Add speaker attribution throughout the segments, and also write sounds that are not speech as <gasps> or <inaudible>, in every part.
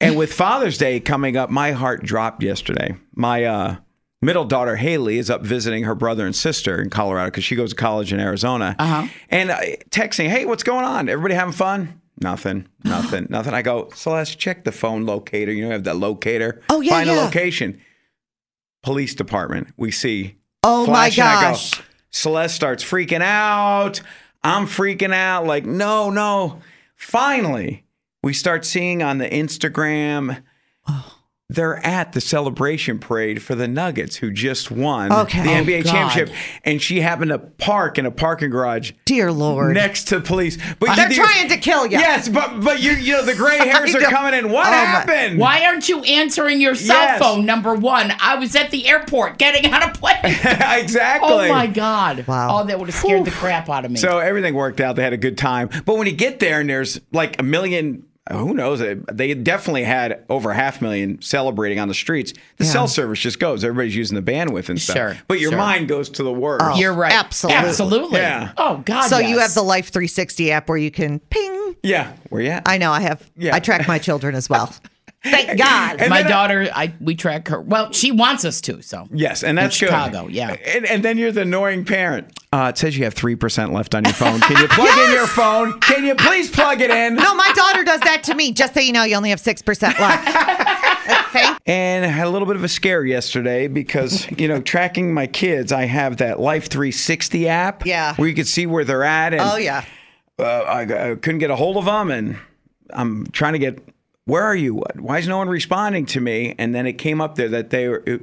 Speaker 1: And with Father's Day coming up, my heart dropped yesterday. My uh, middle daughter Haley is up visiting her brother and sister in Colorado because she goes to college in Arizona. Uh-huh. And uh, texting, "Hey, what's going on? Everybody having fun?" Nothing, nothing,
Speaker 2: <gasps>
Speaker 1: nothing. I go, Celeste, check the phone locator. You know, have that locator.
Speaker 2: Oh, yeah,
Speaker 1: Find a
Speaker 2: yeah.
Speaker 1: location. Police department. We see.
Speaker 2: Oh, my
Speaker 1: flashing. I go,
Speaker 2: gosh.
Speaker 1: Celeste starts freaking out. I'm freaking out. Like, no, no. Finally, we start seeing on the Instagram.
Speaker 2: Oh.
Speaker 1: They're at the celebration parade for the Nuggets, who just won
Speaker 2: Okay.
Speaker 1: the
Speaker 2: Oh,
Speaker 1: NBA
Speaker 2: God.
Speaker 1: championship, and she happened to park in a parking garage
Speaker 2: Dear Lord.
Speaker 1: next to the police. But
Speaker 2: They're
Speaker 1: you-
Speaker 2: trying to kill ya.
Speaker 1: Yes, but but you you know the
Speaker 2: <laughs>
Speaker 1: gray hairs are
Speaker 2: know.
Speaker 1: coming in. What
Speaker 2: Oh, my-
Speaker 1: happened?
Speaker 3: Why aren't you answering your cell
Speaker 1: Yes.
Speaker 3: phone? Number one, I was at the airport getting on a plane.
Speaker 1: <laughs> <laughs> exactly.
Speaker 3: oh my God!
Speaker 2: Wow.
Speaker 3: Oh, that would have scared the crap out of me.
Speaker 1: So everything worked out. They had a good time. But when you get there and there's like a million, who knows? uh, They definitely had over half a million celebrating on the streets. The
Speaker 2: Yeah.
Speaker 1: cell service just goes. Everybody's using the bandwidth and stuff.
Speaker 3: Sure,
Speaker 1: But your
Speaker 3: sure. Oh.
Speaker 1: mind goes to the worst.
Speaker 3: You're right.
Speaker 2: Absolutely.
Speaker 3: Absolutely.
Speaker 1: Yeah.
Speaker 3: Oh God.
Speaker 2: So you
Speaker 3: yes.
Speaker 2: have the Life 360 app where you can ping.
Speaker 1: yeah. Where you at?
Speaker 2: I know I have.
Speaker 1: Yeah.
Speaker 2: I track my children
Speaker 1: <laughs>
Speaker 2: as well. <laughs> Thank God.
Speaker 1: And
Speaker 3: my
Speaker 1: then I-
Speaker 3: daughter. I we track her. Well, she wants us to. So
Speaker 1: Yes, and that's good.
Speaker 3: Chicago, yeah.
Speaker 1: And, and then you're the annoying parent. Uh, it says you have 3% left on your phone. <laughs> Can you plug in your phone? Can you please plug it in?
Speaker 2: No, my daughter does that to me. Just so you know, you only have 6%
Speaker 1: <laughs>
Speaker 2: left. Thank
Speaker 1: and I had a little bit of a scare yesterday because you know tracking my kids i have that life 360 app
Speaker 2: Yeah.
Speaker 1: where you can see where they're at and
Speaker 2: Oh, yeah.
Speaker 1: uh, I, I couldn't get a hold of them and i'm trying to get where are you why is no one responding to me and then it came up there that they were it,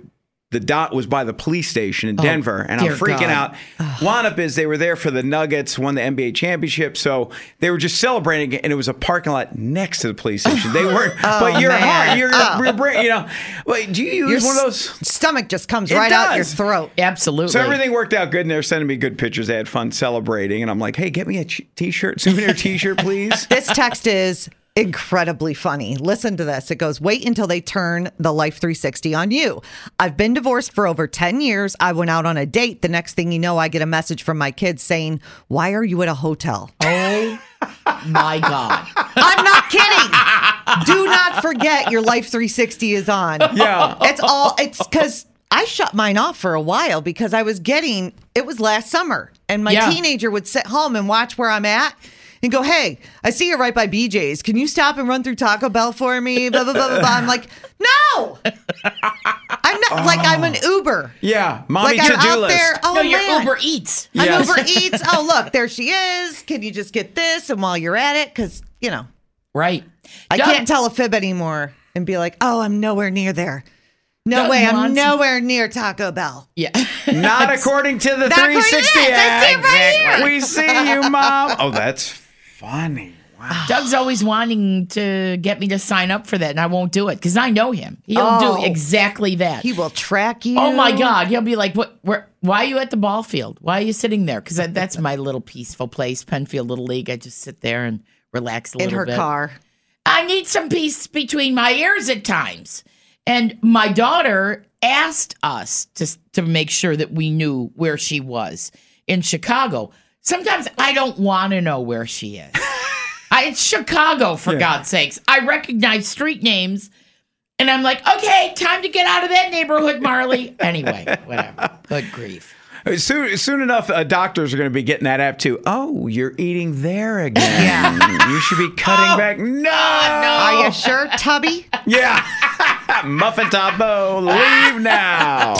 Speaker 1: the dot was by the police station in Denver, and I'm
Speaker 3: Oh, dear
Speaker 1: freaking out.
Speaker 3: God.
Speaker 1: Lineup is they were there for the Nuggets, won the NBA championship, so they were just celebrating, and it was a parking lot next to the police station. They
Speaker 3: <laughs>
Speaker 1: weren't,
Speaker 3: Oh,
Speaker 1: but your
Speaker 2: man.
Speaker 1: heart, your, your brain, you know. Wait, do you use one of those?
Speaker 2: Stomach just comes
Speaker 1: It
Speaker 2: right out your
Speaker 1: does.
Speaker 2: throat.
Speaker 3: absolutely.
Speaker 1: So everything worked out good, and they're sending me good pictures. They had fun celebrating, and I'm like, "Hey, get me a ch- t-shirt, souvenir t-shirt,
Speaker 3: <laughs>
Speaker 1: please."
Speaker 2: <laughs> This text is incredibly funny. Listen to this. It goes, wait until they turn the Life 360 on you. I've been divorced for over 10 years. I went out on a date. The next thing you know, I get a message from my kids saying, Why are you at a hotel?
Speaker 3: Oh my
Speaker 1: <laughs>
Speaker 3: God.
Speaker 2: I'm not kidding. Do not forget your Life 360 is on.
Speaker 1: Yeah.
Speaker 2: It's all, it's because I shut mine off for a while because I was getting, it was last summer, and my
Speaker 3: Yeah.
Speaker 2: teenager would sit home and watch where I'm at. And go, hey, I see you're right by BJ's. Can you stop and run through Taco Bell for me? Blah, blah, blah, blah, blah. I'm like, no. I'm not like I'm an Uber.
Speaker 1: Yeah, mommy
Speaker 2: like I'm
Speaker 1: to-do
Speaker 2: out
Speaker 1: list.
Speaker 2: there. Oh,
Speaker 3: no, your
Speaker 2: man.
Speaker 3: Uber Eats.
Speaker 2: I'm
Speaker 1: Yes.
Speaker 2: Uber Eats. Oh, look, there she is. Can you just get this? And while you're at it, because, you know,
Speaker 3: Right.
Speaker 2: I
Speaker 3: Doug,
Speaker 2: can't tell a fib anymore and be like, oh, I'm nowhere near there. No
Speaker 3: Doug
Speaker 2: way, I'm
Speaker 3: wants-
Speaker 2: nowhere near Taco Bell.
Speaker 3: Yeah.
Speaker 1: Not according to the
Speaker 2: Not according to
Speaker 1: 360
Speaker 2: this. I see it
Speaker 1: act.
Speaker 2: right here.
Speaker 1: We see you, mom. <laughs> Oh, that's funny. Wow.
Speaker 3: Doug's always wanting to get me to sign up for that, and I won't do it because I know him. He'll
Speaker 2: Oh.
Speaker 3: do exactly that.
Speaker 2: He will track you.
Speaker 3: Oh my God! He'll be like, "What? Where? Why are you at the ball field? Why are you sitting there?" Because that's my little peaceful place, Penfield Little League. I just sit there and relax a
Speaker 2: In
Speaker 3: little
Speaker 2: her
Speaker 3: bit.
Speaker 2: car.
Speaker 3: I need some peace between my ears at times. And my daughter asked us to to make sure that we knew where she was in Chicago. Sometimes I don't want to know where she is. I, it's Chicago, for God's sakes. I recognize street names, and I'm like, okay, time to get out of that neighborhood, Marley. anyway, whatever. Good grief.
Speaker 1: Soon, soon enough, uh, doctors are going to be getting that app too. Oh, you're eating there again. Yeah. you should be cutting
Speaker 2: Oh,
Speaker 1: back. No.
Speaker 2: Are you
Speaker 3: <laughs>
Speaker 2: sure, Tubby?
Speaker 1: <laughs> Yeah. Muffin Topo, leave now.